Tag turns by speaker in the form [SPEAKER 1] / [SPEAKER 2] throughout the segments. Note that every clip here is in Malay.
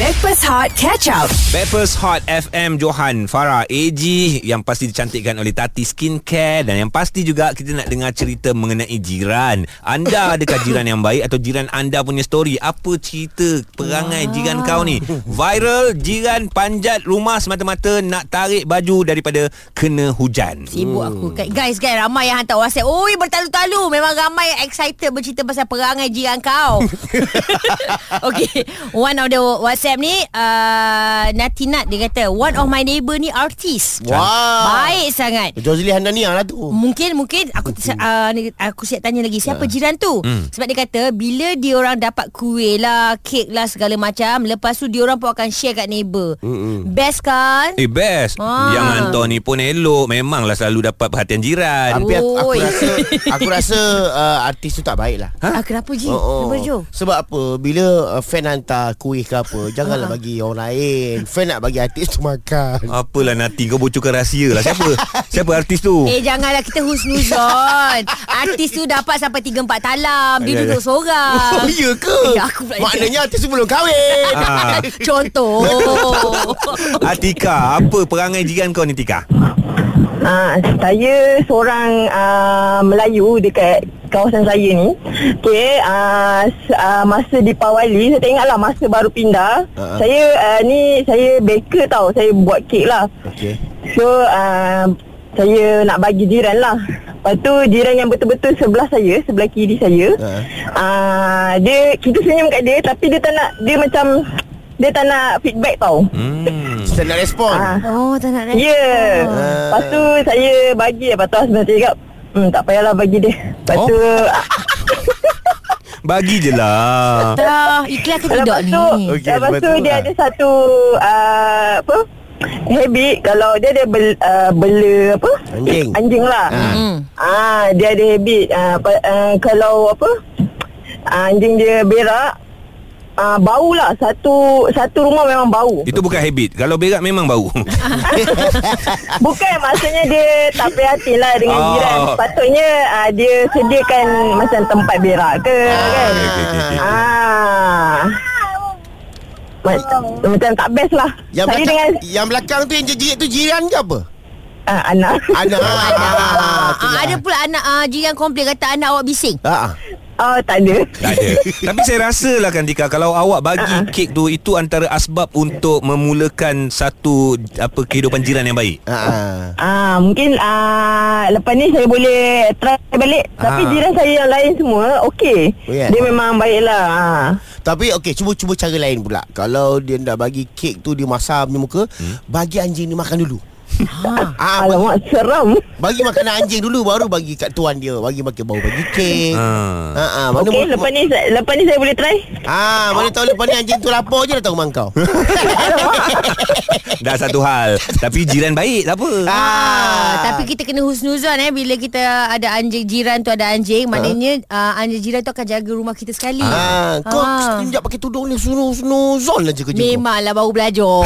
[SPEAKER 1] Backpass Hot Catch Up.
[SPEAKER 2] Bappers Hot FM Johan Farah AG Yang pasti dicantikkan oleh Tati Skincare Dan yang pasti juga kita nak dengar cerita mengenai jiran Anda adakah jiran yang baik atau jiran anda punya story Apa cerita perangai
[SPEAKER 3] Ah.
[SPEAKER 2] jiran kau ni Viral jiran panjat rumah semata-mata Nak tarik baju daripada kena hujan
[SPEAKER 3] Sibuk aku Kat- Guys kan ramai yang hantar whatsapp Oi bertalu-talu Memang ramai yang excited Bercerita pasal perangai jiran kau Okay One of the whatsapp ni uh, Natinat dia kata One of my neighbour ni artis
[SPEAKER 4] Wah.
[SPEAKER 3] Baik sangat
[SPEAKER 4] Jozli Handania lah tu.
[SPEAKER 3] Mungkin mungkin aku uh, aku siap tanya lagi siapa jiran tu. Hmm. Sebab dia kata bila dia orang dapat kuih lah, kek lah segala macam, lepas tu dia orang pun akan share kat neighbor. Hmm. Best kan?
[SPEAKER 2] Eh best
[SPEAKER 3] Ah.
[SPEAKER 2] Yang Anton ni pun elok Memanglah selalu dapat perhatian jiran
[SPEAKER 4] Tapi aku, aku
[SPEAKER 3] Oi.
[SPEAKER 4] rasa aku rasa uh, artis tu tak baik lah.
[SPEAKER 3] Ha? Ah, kenapa Ji? Oh, Kenapa Jo?
[SPEAKER 4] Sebab apa Bila uh, fan hantar kuih ke apa Janganlah
[SPEAKER 3] Ah.
[SPEAKER 4] bagi orang lain Fan nak bagi artis tu makan
[SPEAKER 2] Apalah Nati kau bocorkan rahsia lah Siapa Siapa artis tu
[SPEAKER 3] Eh janganlah kita husnuzon Artis tu dapat sampai 3-4 talam Dia
[SPEAKER 2] Ya,
[SPEAKER 3] duduk
[SPEAKER 2] ya.
[SPEAKER 3] seorang
[SPEAKER 4] Oh ya ke
[SPEAKER 3] Eh, aku pula
[SPEAKER 4] Maknanya artis tu belum kahwin
[SPEAKER 2] Ah.
[SPEAKER 3] Contoh
[SPEAKER 2] Atika Apa perangai jiran kau ni Tika
[SPEAKER 5] Ah, saya seorang ah, Melayu dekat kawasan saya ni. Okey, ah, s- ah, masa Deepawali, saya tak ingatlah masa baru pindah.
[SPEAKER 4] Ah, ah.
[SPEAKER 5] Saya ah, ni saya baker tau, saya buat kek lah.
[SPEAKER 4] Okay
[SPEAKER 5] So, ah, saya nak bagi jiran lah. Lepas tu jiran yang betul-betul sebelah saya, sebelah kiri saya.
[SPEAKER 4] Ah.
[SPEAKER 5] Ah, dia kita senyum kat dia tapi dia tak nak dia macam dia tak nak feedback tau.
[SPEAKER 2] Hmm
[SPEAKER 4] Kita nak respon
[SPEAKER 5] Ah.
[SPEAKER 3] Oh tak nak
[SPEAKER 5] Ya yeah. Lepas tu saya bagi Lepas tu husband saya cakap Hmm, tak payahlah bagi dia Lepas tu ah,
[SPEAKER 2] Bagi je lah
[SPEAKER 3] Dah Iklan ke tidak
[SPEAKER 5] Lepas
[SPEAKER 3] ni Oh,
[SPEAKER 5] tu
[SPEAKER 4] Okey,
[SPEAKER 5] Lepas
[SPEAKER 4] lepas
[SPEAKER 5] tu
[SPEAKER 4] tu,
[SPEAKER 5] dia
[SPEAKER 4] ah.
[SPEAKER 5] ada satu ah, Apa Habit Kalau dia ada bel, ah, Bela Apa
[SPEAKER 4] Anjing.
[SPEAKER 5] Anjing lah
[SPEAKER 4] Ah.
[SPEAKER 3] Hmm.
[SPEAKER 5] ah, Dia ada habit ah, apa, ah, Kalau apa ah, Anjing dia berak ah, Bau lah Satu Satu rumah memang bau
[SPEAKER 2] Itu bukan habit Kalau berak memang bau
[SPEAKER 5] Bukan maksudnya dia tak prihatin lah dengan
[SPEAKER 2] Oh.
[SPEAKER 5] oh. jiran. Sepatutnya uh, dia sediakan macam tempat berak ke ah. kan.
[SPEAKER 2] Okey, okey, okey.
[SPEAKER 5] Ah. Macam, macam tak best lah.
[SPEAKER 4] yang
[SPEAKER 5] Saya
[SPEAKER 4] belakang,
[SPEAKER 5] dengan
[SPEAKER 4] yang belakang tu yang jerit tu jiran ke apa?
[SPEAKER 5] uh, anak.
[SPEAKER 4] Ana. Ana.
[SPEAKER 3] Ah, ah, ada pula anak ah, jiran komplain kata anak awak bising.
[SPEAKER 4] lah. Ah.
[SPEAKER 5] Oh tak ada.
[SPEAKER 2] Tak ada Tapi saya rasa lah kan Tika Kalau awak bagi kek tu Itu antara asbab Untuk memulakan Satu Apa Kehidupan jiran yang baik
[SPEAKER 4] Ah.
[SPEAKER 5] Ah, mungkin ah, lepas ni saya boleh try balik. Tapi
[SPEAKER 2] Ah.
[SPEAKER 5] jiran saya yang lain semua okey.
[SPEAKER 4] Oh, ya?
[SPEAKER 5] Dia memang baiklah. Ah.
[SPEAKER 4] Tapi okey cuba cuba cara lain pula. Kalau dia nak bagi kek tu dia masam di muka, bagi anjing ni makan dulu. Ha. Ah, bagi,
[SPEAKER 5] Alamak seram.
[SPEAKER 4] bagi makanan anjing dulu baru bagi kat tuan dia. Bagi makan baru bagi kek. Ha
[SPEAKER 2] ha.
[SPEAKER 4] ah, ah, mana
[SPEAKER 5] Okey, lepas ni saya- lepas ni saya boleh try.
[SPEAKER 4] Ah, mana tahu lepas ni anjing tu lapar je dah tahu mangkau.
[SPEAKER 2] Dah satu hal Tapi jiran baik Tak apa
[SPEAKER 3] Ah, tapi kita kena husnuzon eh bila kita ada anjing jiran tu ada anjing, maknanya ah, anjing jiran tu akan jaga rumah kita sekali.
[SPEAKER 4] Ah, kau
[SPEAKER 3] Ah.
[SPEAKER 4] tunjuk pakai tudung ni suruh suruh zon lah je kerja. kau.
[SPEAKER 3] Memanglah baru belajar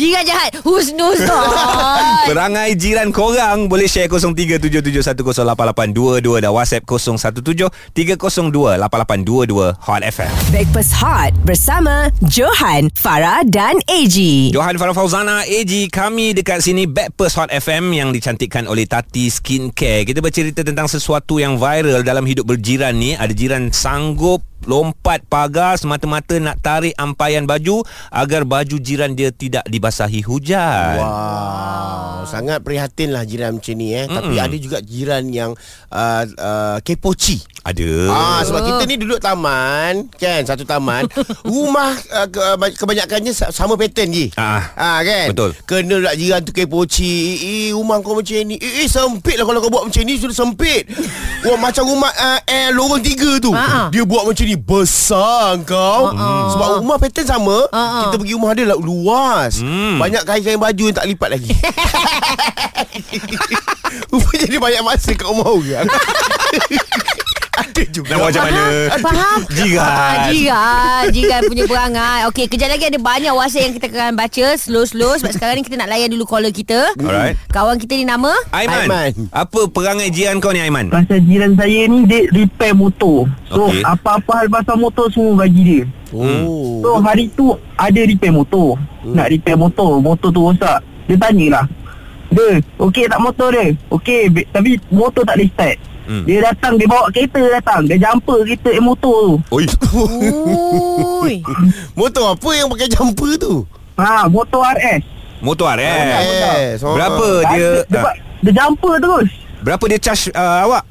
[SPEAKER 3] Jiran jahat Husnuzon
[SPEAKER 2] Perangai jiran korang Boleh share 0377108822 Dan WhatsApp 0173028822 Hot FM
[SPEAKER 1] Backpass Hot bersama Johan, Farah dan AG.
[SPEAKER 2] Johan Farah Fauzana AG Kami dekat sini Backpast Hot FM Yang dicantikkan oleh Tati Skincare Kita bercerita tentang sesuatu yang viral Dalam hidup berjiran ni Ada jiran sanggup lompat pagar semata-mata nak tarik ampaian baju agar baju jiran dia tidak dibasahi hujan. Wow.
[SPEAKER 4] Wow, sangat prihatin lah jiran macam ni eh. Mm-mm. Tapi ada juga jiran yang uh, uh, kepoci.
[SPEAKER 2] Ada.
[SPEAKER 4] Ah sebab kita ni duduk taman kan satu taman rumah uh, ke- kebanyakannya sa- sama pattern je.
[SPEAKER 2] Ah.
[SPEAKER 4] ah kan.
[SPEAKER 2] Betul.
[SPEAKER 4] Kena pula jiran tu kepoci. Eh rumah kau macam ni. Eh, eh sempit lah kalau kau buat macam ni sudah sempit. Wah macam rumah uh, air lorong tiga tu.
[SPEAKER 3] Ah, ah.
[SPEAKER 4] Dia buat macam ni besar kau. Sebab rumah pattern sama.
[SPEAKER 3] Ah, ah.
[SPEAKER 4] Kita pergi rumah dia lah luas. Banyak kain-kain baju yang tak lipat lagi. Rupanya dia banyak masa kat rumah orang. Ada juga
[SPEAKER 2] Nak buat macam mana?
[SPEAKER 3] Faham?
[SPEAKER 2] Jiran.
[SPEAKER 3] Ah, jiran. Jiran punya perangai. Okey, kejap lagi ada banyak WhatsApp yang kita akan baca slow-slow sebab sekarang ni kita nak layan dulu caller kita.
[SPEAKER 2] Alright.
[SPEAKER 3] Kawan kita ni nama?
[SPEAKER 2] Aiman,
[SPEAKER 4] Aiman.
[SPEAKER 2] Apa perangai jiran kau ni Aiman?
[SPEAKER 5] Pasal jiran saya ni Dia repair motor So
[SPEAKER 2] Okey.
[SPEAKER 5] okay. apa-apa hal pasal motor Semua bagi dia
[SPEAKER 4] Oh
[SPEAKER 5] So hari tu Ada repair motor hmm. Nak repair motor Motor tu rosak Dia tanyalah Dia Okey tak motor dia Okey be- Tapi motor tak boleh start
[SPEAKER 2] Hmm.
[SPEAKER 5] hmm. Dia datang Dia bawa kereta datang Dia jumper kereta eh, motor tu
[SPEAKER 2] Oi.
[SPEAKER 3] Ui.
[SPEAKER 4] Motor apa yang pakai jumper tu
[SPEAKER 5] Ha motor RS
[SPEAKER 2] Motor eh.
[SPEAKER 4] Yes, oh.
[SPEAKER 2] Berapa dia
[SPEAKER 5] dia,
[SPEAKER 2] ah,
[SPEAKER 5] uh. dia jumper terus
[SPEAKER 2] berapa dia charge ah, awak?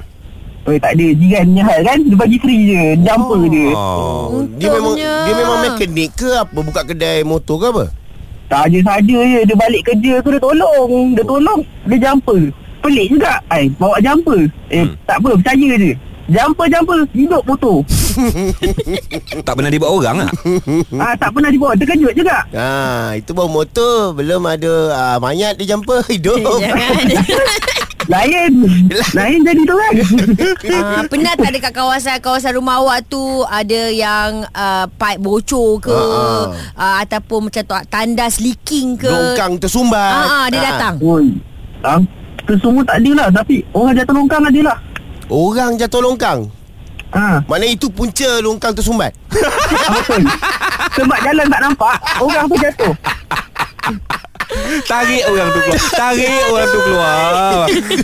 [SPEAKER 5] Oh tak ada Jiran punya hal kan Dia bagi free je Jumper dia
[SPEAKER 2] Oh.
[SPEAKER 4] Oh, dia memang
[SPEAKER 3] Untungnya.
[SPEAKER 4] dia memang mekanik ke apa buka kedai motor ke apa?
[SPEAKER 5] Saja saja je Dia balik kerja tu Dia tolong Dia tolong Dia jumper Pelik juga Ay, Bawa jumper Eh
[SPEAKER 2] Hmm.
[SPEAKER 5] hmm. tak apa Percaya je Jumper-jumper Hidup motor
[SPEAKER 2] Tak pernah dibuat orang ah.
[SPEAKER 5] ah, Tak pernah dibawa Terkejut juga
[SPEAKER 4] Ha, itu baru motor, belum ada ah, mayat dia jumper hidup.
[SPEAKER 3] Jangan.
[SPEAKER 5] Lain Lain jadi tu kan
[SPEAKER 3] Ah, pernah tak dekat kawasan-kawasan rumah awak tu ada yang uh, pipe bocor ke
[SPEAKER 4] Ah,
[SPEAKER 3] uh, ataupun macam tu tandas leaking ke?
[SPEAKER 4] Longkang tersumbat.
[SPEAKER 3] Ah, ah, dia
[SPEAKER 4] Ah.
[SPEAKER 3] datang.
[SPEAKER 5] Oi ah, Itu semua tak ada lah Tapi orang jatuh longkang ada lah
[SPEAKER 4] Orang jatuh longkang.
[SPEAKER 5] Ha,
[SPEAKER 4] Mana itu punca longkang tersumbat.
[SPEAKER 5] betul. Sebab jalan tak nampak, orang tu jatuh.
[SPEAKER 2] Tarik orang tu keluar Tarik orang tu keluar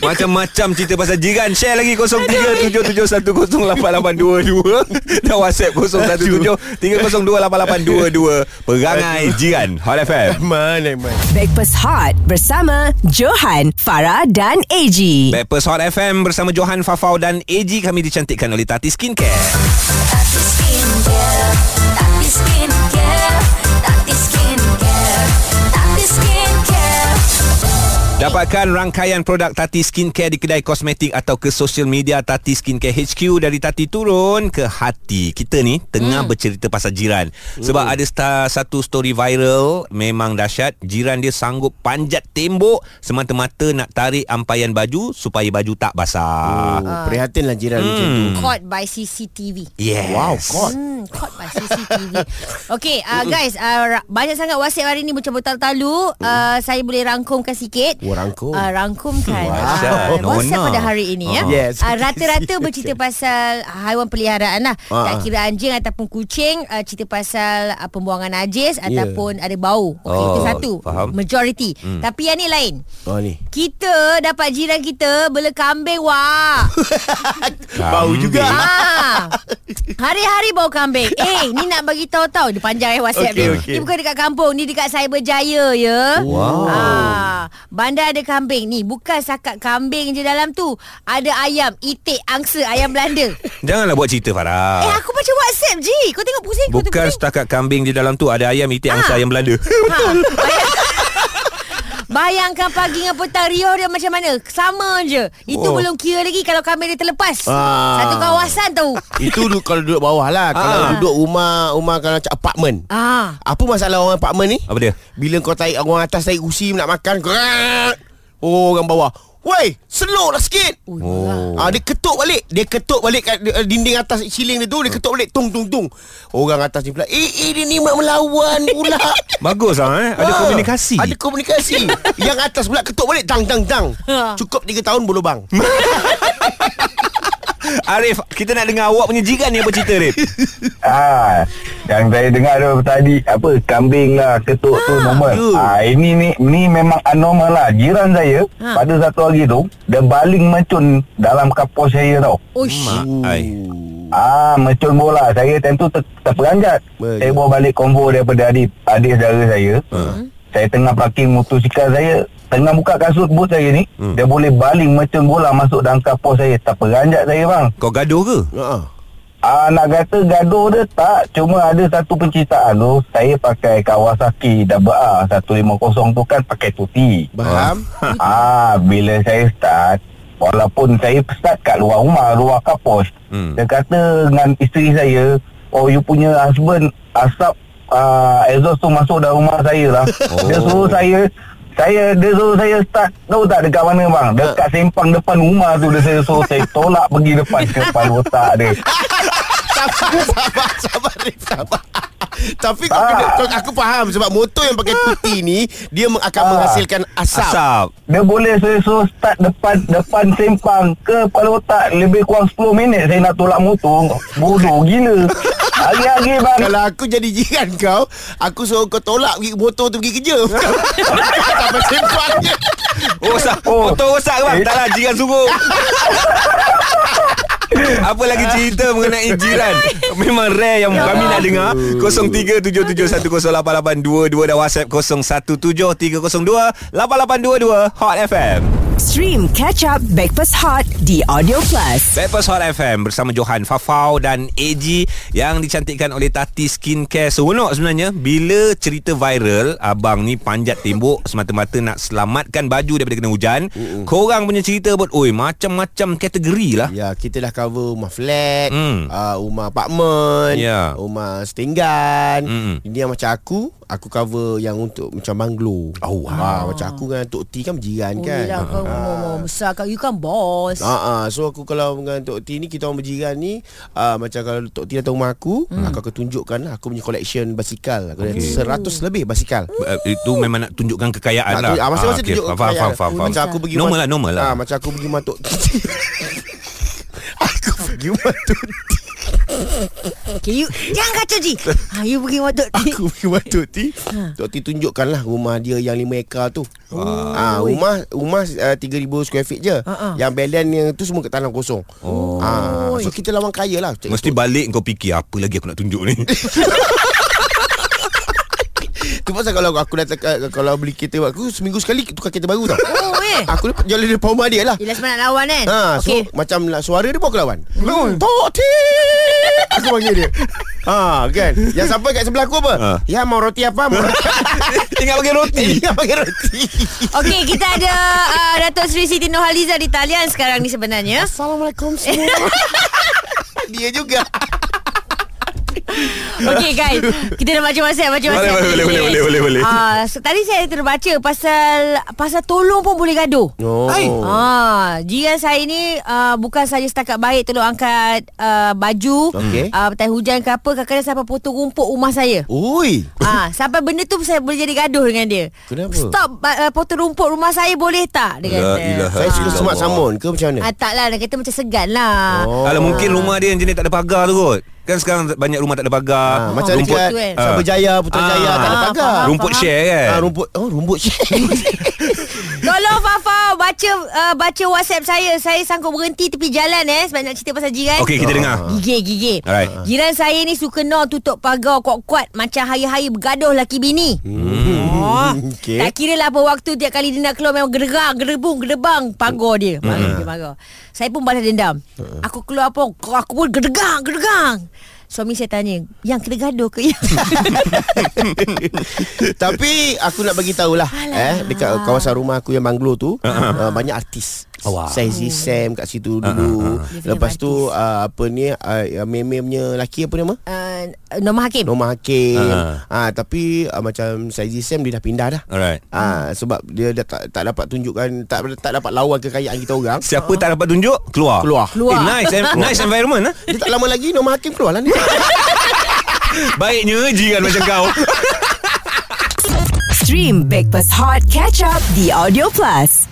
[SPEAKER 2] Macam-macam cerita pasal jiran Share lagi 0377108822 Dan WhatsApp 0173028822 Perangai jiran Hot FM
[SPEAKER 4] Mana mana.
[SPEAKER 1] Breakfast Hot bersama Johan, Farah dan AG.
[SPEAKER 2] Breakfast Hot FM bersama Johan Fafau dan AG Kami dicantikkan oleh Tati Skincare
[SPEAKER 6] Tati Skincare, Tati Skincare, Tati Skincare, Tati Skincare.
[SPEAKER 2] Dapatkan rangkaian produk Tati Skincare di kedai kosmetik atau ke social media Tati Skincare HQ dari Tati turun ke hati. Kita ni tengah hmm. bercerita pasal jiran. Sebab ada sta- satu story viral memang dahsyat. Jiran dia sanggup panjat tembok semata-mata nak tarik ampaian baju supaya baju tak basah.
[SPEAKER 4] Oh,
[SPEAKER 3] Ah.
[SPEAKER 4] prihatinlah jiran hmm. macam tu.
[SPEAKER 3] Caught by CCTV.
[SPEAKER 2] Yes.
[SPEAKER 4] Wow, God.
[SPEAKER 3] Hmm, caught by CCTV. okay, uh, guys, uh, ra- banyak sangat WhatsApp hari ni macam bertalu-talu. Uh, saya boleh rangkumkan sikit.
[SPEAKER 4] Oh, rangkum.
[SPEAKER 3] Uh, rangkumkan.
[SPEAKER 2] Wow. Uh-huh.
[SPEAKER 3] Uh, WhatsApp
[SPEAKER 2] Nona.
[SPEAKER 3] pada hari ini ya.
[SPEAKER 4] Ah. Yes.
[SPEAKER 3] Uh, rata-rata bercerita pasal haiwan peliharaan lah.
[SPEAKER 4] Ah.
[SPEAKER 2] Uh-huh.
[SPEAKER 3] Tak kira anjing ataupun kucing, uh, cerita pasal uh, pembuangan najis ataupun ada bau. Okey,
[SPEAKER 2] Oh,
[SPEAKER 3] itu satu.
[SPEAKER 2] faham. Hmm.
[SPEAKER 3] Majority. Tapi yang ni lain.
[SPEAKER 4] Oh ni.
[SPEAKER 3] Kita dapat jiran kita bela kambing wah.
[SPEAKER 4] Bau juga.
[SPEAKER 3] Ah. Hari-hari bau kambing. Eh, ni nak bagi tahu tau. Dia panjang eh WhatsApp
[SPEAKER 4] Okey,
[SPEAKER 3] okay, dia.
[SPEAKER 4] okey.
[SPEAKER 3] Okay. Ni bukan dekat kampung, ni dekat Cyberjaya ya.
[SPEAKER 4] Wow.
[SPEAKER 3] Ah, bandar ada kambing ni. Bukan sakat kambing je dalam tu. Ada ayam, itik, angsa, ayam Belanda.
[SPEAKER 2] Janganlah buat cerita Farah.
[SPEAKER 4] Ah.
[SPEAKER 3] Eh, aku baca WhatsApp je. Kau tengok pusing aku
[SPEAKER 2] Bukan setakat kambing di dalam tu ada ayam itik
[SPEAKER 3] Ah.
[SPEAKER 2] angsa ayam Belanda.
[SPEAKER 3] Ha, bayang- Bayangkan pagi dengan petang Rio dia macam mana Sama je Itu
[SPEAKER 2] Oh.
[SPEAKER 3] belum kira lagi Kalau kambing dia terlepas
[SPEAKER 4] Ah.
[SPEAKER 3] Satu kawasan tu
[SPEAKER 4] Itu du- kalau duduk bawah lah Kalau
[SPEAKER 2] Ah.
[SPEAKER 4] duduk rumah Rumah kalau macam apartment
[SPEAKER 3] Ah.
[SPEAKER 4] Apa masalah orang apartment ni?
[SPEAKER 2] Apa dia?
[SPEAKER 4] Bila kau tarik orang atas tarik kursi nak makan gerak. Oh orang bawah Woi slow lah sikit
[SPEAKER 2] Oh.
[SPEAKER 4] Ah, dia ketuk balik Dia ketuk balik kat eh, dinding atas siling dia tu
[SPEAKER 2] Ah.
[SPEAKER 4] Dia ketuk balik Tung tung tung Orang atas ni pula Eh eh dia ni mak melawan pula
[SPEAKER 2] Bagus lah eh. Ada
[SPEAKER 4] Ah,
[SPEAKER 2] komunikasi.
[SPEAKER 4] Ada komunikasi Yang atas pula ketuk balik Tang tang tang
[SPEAKER 3] Ha.
[SPEAKER 4] Cukup 3 tahun berlubang
[SPEAKER 2] Arif, kita nak dengar awak punya jiran ni apa cerita Arif?
[SPEAKER 7] Ah, yang saya dengar tu tadi apa kambing lah ketuk tu normal.
[SPEAKER 2] you.
[SPEAKER 7] Ah ini ni ni memang anormal lah. Jiran saya
[SPEAKER 3] Ha.
[SPEAKER 7] pada satu hari tu dia baling mercun dalam kapur saya tau.
[SPEAKER 3] Uish
[SPEAKER 2] Ai.
[SPEAKER 7] Ah mercun bola. Saya time tu ter, terperanjat.
[SPEAKER 4] Baik.
[SPEAKER 7] Saya bawa balik combo daripada adik adik saudara saya. Saya tengah parking motosikal saya Tengah buka kasut bot saya ni hmm. Dia boleh baling mercun bola Masuk dalam kapur saya Terperanjat saya bang
[SPEAKER 2] Kau gaduh ke?
[SPEAKER 4] Ha.
[SPEAKER 7] Ah, nak kata gaduh dia tak Cuma ada satu pencitaan tu Saya pakai Kawasaki AA 150 tu kan pakai tuti
[SPEAKER 4] Faham?
[SPEAKER 7] Ah, bila saya start Walaupun saya start kat luar rumah Luar kapos hmm.
[SPEAKER 2] Hmm.
[SPEAKER 7] Dia kata dengan isteri saya Oh you punya ah, husband Asap uh, Exhaust tu masuk dalam rumah saya lah
[SPEAKER 2] Oh.
[SPEAKER 7] Dia suruh saya Saya Dia suruh saya start Tahu tak dekat mana bang Dekat sempang depan rumah tu Dia saya suruh saya tolak Pergi depan kepala otak dia
[SPEAKER 4] Sabar, sabar, sabar, Rif, sabar. Tapi kau kena, kau, aku faham sebab motor yang pakai putih ni dia meng- akan menghasilkan Ah, asap.
[SPEAKER 2] Asap.
[SPEAKER 7] Dia boleh saya suruh start depan Depan sempang Ke kepala otak Lebih kurang 10 minit Saya nak tolak motor Bodoh gila Hari-hari bang
[SPEAKER 4] Kalau aku jadi jiran kau, aku suruh kau tolak pergi motor tu pergi kerja. Sampai sempangnya.
[SPEAKER 2] Oh, sa-
[SPEAKER 7] Oh.
[SPEAKER 2] motor rosak ke bang?
[SPEAKER 7] Eh.
[SPEAKER 2] Tak lah, jiran suruh. Apa lagi cerita mengenai jiran? Ya Memang rare yang kami nak dengar. 0377108822 dan WhatsApp 0173028822 Hot FM.
[SPEAKER 1] Stream Catch Up Backpass Hot di Audio Plus.
[SPEAKER 2] Breakfast Hot FM bersama Johan Fafau dan AG yang dicantikkan oleh Tati Skincare. Seronok sebenarnya bila cerita viral abang ni panjat tembok semata-mata nak selamatkan baju daripada kena hujan. Uh-uh. Korang punya cerita pun oi macam-macam kategori lah.
[SPEAKER 4] Ya, kita dah cover rumah flat,
[SPEAKER 2] Hmm.
[SPEAKER 4] mm. uh, rumah apartmen,
[SPEAKER 2] Ya.
[SPEAKER 4] rumah setinggan.
[SPEAKER 2] Mm-mm.
[SPEAKER 4] Ini yang macam aku, aku cover yang untuk macam banglo. Oh, wow. Ha, macam aku dengan Tok T kan berjiran
[SPEAKER 3] Oh,
[SPEAKER 4] kan.
[SPEAKER 3] yelah, kau umur Oh, besar kau. You kan boss.
[SPEAKER 4] Ah, ah. So aku kalau dengan Tok T ni Kita orang berjiran ni ah, Macam kalau Tok T datang rumah aku hmm. Aku akan tunjukkan lah Aku punya collection basikal Aku okay. 100 lebih basikal
[SPEAKER 2] Uh, itu memang nak tunjukkan kekayaan
[SPEAKER 4] Nak
[SPEAKER 2] lah.
[SPEAKER 4] tunjuk- ah, Masa-masa
[SPEAKER 2] okey.
[SPEAKER 4] tunjuk
[SPEAKER 2] Faham,
[SPEAKER 4] kekayaan.
[SPEAKER 2] faham, faham, faham.
[SPEAKER 4] Macam aku pergi
[SPEAKER 2] Normal
[SPEAKER 4] rumah-
[SPEAKER 2] lah, normal lah.
[SPEAKER 4] ah, Macam aku pergi rumah Tok T Aku pergi rumah Tok T
[SPEAKER 3] Okay, you jangan kacau Ji. ha, you pergi waktu
[SPEAKER 4] Aku pergi rumah Tok T
[SPEAKER 2] Ha.
[SPEAKER 4] Tok T tunjukkan lah Rumah dia yang 5 ekar tu ah, Rumah Rumah uh, 3,000 square feet je
[SPEAKER 2] Ha,
[SPEAKER 3] Ah, ah.
[SPEAKER 4] Yang balance yang tu Semua kat tanah kosong oh. ah, So kita lawan kaya lah
[SPEAKER 2] Mesti balik kau fikir apa lagi aku nak tunjuk ni.
[SPEAKER 4] Tu pasal kalau aku datang ke- kalau beli kereta buat aku seminggu sekali tukar kereta baru tau.
[SPEAKER 3] Oh, eh.
[SPEAKER 4] Aku dapat jalan depan rumah dia lah.
[SPEAKER 3] Yelah sebab nak lawan kan
[SPEAKER 4] Ha,
[SPEAKER 3] Okey.
[SPEAKER 4] so okay. macam lah, suara dia pun aku lawan. Tok ti. Aku panggil dia. Ha kan. Yang sampai kat sebelah aku apa?
[SPEAKER 2] Ha.
[SPEAKER 4] Ya mau roti apa? Mau
[SPEAKER 2] Ingat pakai roti.
[SPEAKER 4] Dia panggil roti.
[SPEAKER 3] Okey kita ada uh, Datuk Sri Siti Nurhaliza di talian sekarang ni sebenarnya
[SPEAKER 4] Assalamualaikum semua. dia juga.
[SPEAKER 3] Okey guys Kita dah baca WhatsApp Baca
[SPEAKER 2] Boleh,
[SPEAKER 4] Eh,
[SPEAKER 3] WhatsApp
[SPEAKER 2] boleh, boleh, boleh, boleh, boleh, boleh.
[SPEAKER 3] Ah, so, Tadi saya terbaca Pasal Pasal tolong pun boleh gaduh
[SPEAKER 4] Oh.
[SPEAKER 2] Hai.
[SPEAKER 3] Ah, jiran saya ni uh, bukan saja setakat baik tolong angkat uh, baju
[SPEAKER 4] Okey.
[SPEAKER 3] uh, petang hujan ke apa kadang-kadang sampai potong rumput rumah saya.
[SPEAKER 4] Oi.
[SPEAKER 3] Ah, sampai benda tu saya boleh jadi gaduh dengan dia.
[SPEAKER 4] Kenapa?
[SPEAKER 3] Stop uh, potong rumput rumah saya boleh tak? Dia
[SPEAKER 2] La
[SPEAKER 3] kata.
[SPEAKER 2] ilaha
[SPEAKER 4] Saya suka
[SPEAKER 2] Allah.
[SPEAKER 4] semak samun ke macam mana?
[SPEAKER 3] Ah, tak lah Dia kata macam segan lah
[SPEAKER 4] Eh. Oh.
[SPEAKER 2] Kalau mungkin rumah dia yang jenis tak ada pagar tu kot. Kan sekarang banyak rumah tak ada pagar.
[SPEAKER 4] Ha, macam
[SPEAKER 3] rumput
[SPEAKER 4] dekat
[SPEAKER 3] tu, eh.
[SPEAKER 4] Sabajaya, Putrajaya
[SPEAKER 2] Ah.
[SPEAKER 4] tak ada
[SPEAKER 3] Ah,
[SPEAKER 4] pagar.
[SPEAKER 3] faham.
[SPEAKER 2] rumput share kan.
[SPEAKER 4] Ah, rumput oh rumput
[SPEAKER 3] Tolong Fafa Baca uh, baca whatsapp saya Saya sanggup berhenti tepi jalan eh Sebab nak cerita pasal jiran Ah.
[SPEAKER 2] Okey,
[SPEAKER 4] Ah.
[SPEAKER 2] kita dengar.
[SPEAKER 3] Gigit gigit
[SPEAKER 2] Alright.
[SPEAKER 3] Ah. Jiran saya ni suka no tutup pagar kuat-kuat Macam hari-hari bergaduh laki bini hmm. oh,
[SPEAKER 4] Okey.
[SPEAKER 3] Tak kira lah apa waktu Tiap kali dia nak keluar memang gerang Gerebung, gerebang Pagar dia Marah dia marah Saya pun balas dendam Aku keluar pun Aku pun gergang, gergang Suami saya tanya Yang kena gaduh ke yang
[SPEAKER 4] Tapi aku nak bagi tahulah eh dekat kawasan rumah aku yang banglo tu uh, banyak artis. Oh, Wow. Ah, Saizi Sam kat situ
[SPEAKER 3] Dia
[SPEAKER 4] dulu.
[SPEAKER 3] punya
[SPEAKER 4] Lepas tu uh, apa ni uh, meme punya lelaki apa nama?
[SPEAKER 3] uh, Norma Hakim
[SPEAKER 4] Norma Hakim.
[SPEAKER 2] Ah.
[SPEAKER 4] Ah tapi uh, macam Saizi Sam dia dah pindah dah.
[SPEAKER 2] Alright.
[SPEAKER 3] Hmm.
[SPEAKER 4] Ah sebab dia dah tak, tak dapat tunjukkan tak tak dapat lawan kekayaan kita orang.
[SPEAKER 2] Siapa tak dapat tunjuk Keluar
[SPEAKER 4] Keluar.
[SPEAKER 3] Keluar.
[SPEAKER 2] Eh, nice, em- nice environment eh?
[SPEAKER 4] Dia tak lama lagi Norma Hakim keluarlah ni.
[SPEAKER 2] Baiknya jiran macam kau
[SPEAKER 1] Stream Backpass Hot Catch Up di Audio Plus.